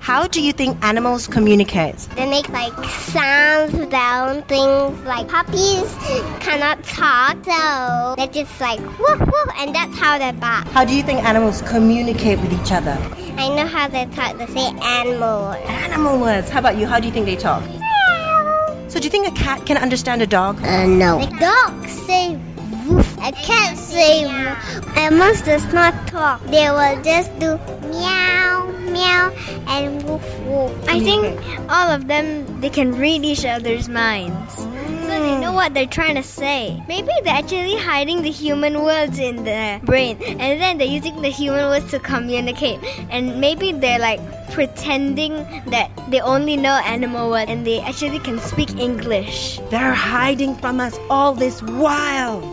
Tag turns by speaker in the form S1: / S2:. S1: How do you think animals communicate?
S2: They make like sounds, down things like puppies cannot talk, so they just like woof woof, and that's how they bark.
S1: How do you think animals communicate with each other?
S2: I know how they talk. They say animal.
S1: Animal words. How about you? How do you think they talk? So do you think a cat can understand a dog?
S2: Uh, no. The dog say woof. A cat say woof. A mouse does not talk. They will just do meow, meow, and woof, woof.
S3: I think all of them they can read each other's minds. So they know what they're trying to say. Maybe they're actually hiding the human words in their brain and then they're using the human words to communicate. And maybe they're like pretending that they only know animal words and they actually can speak English.
S1: They're hiding from us all this while.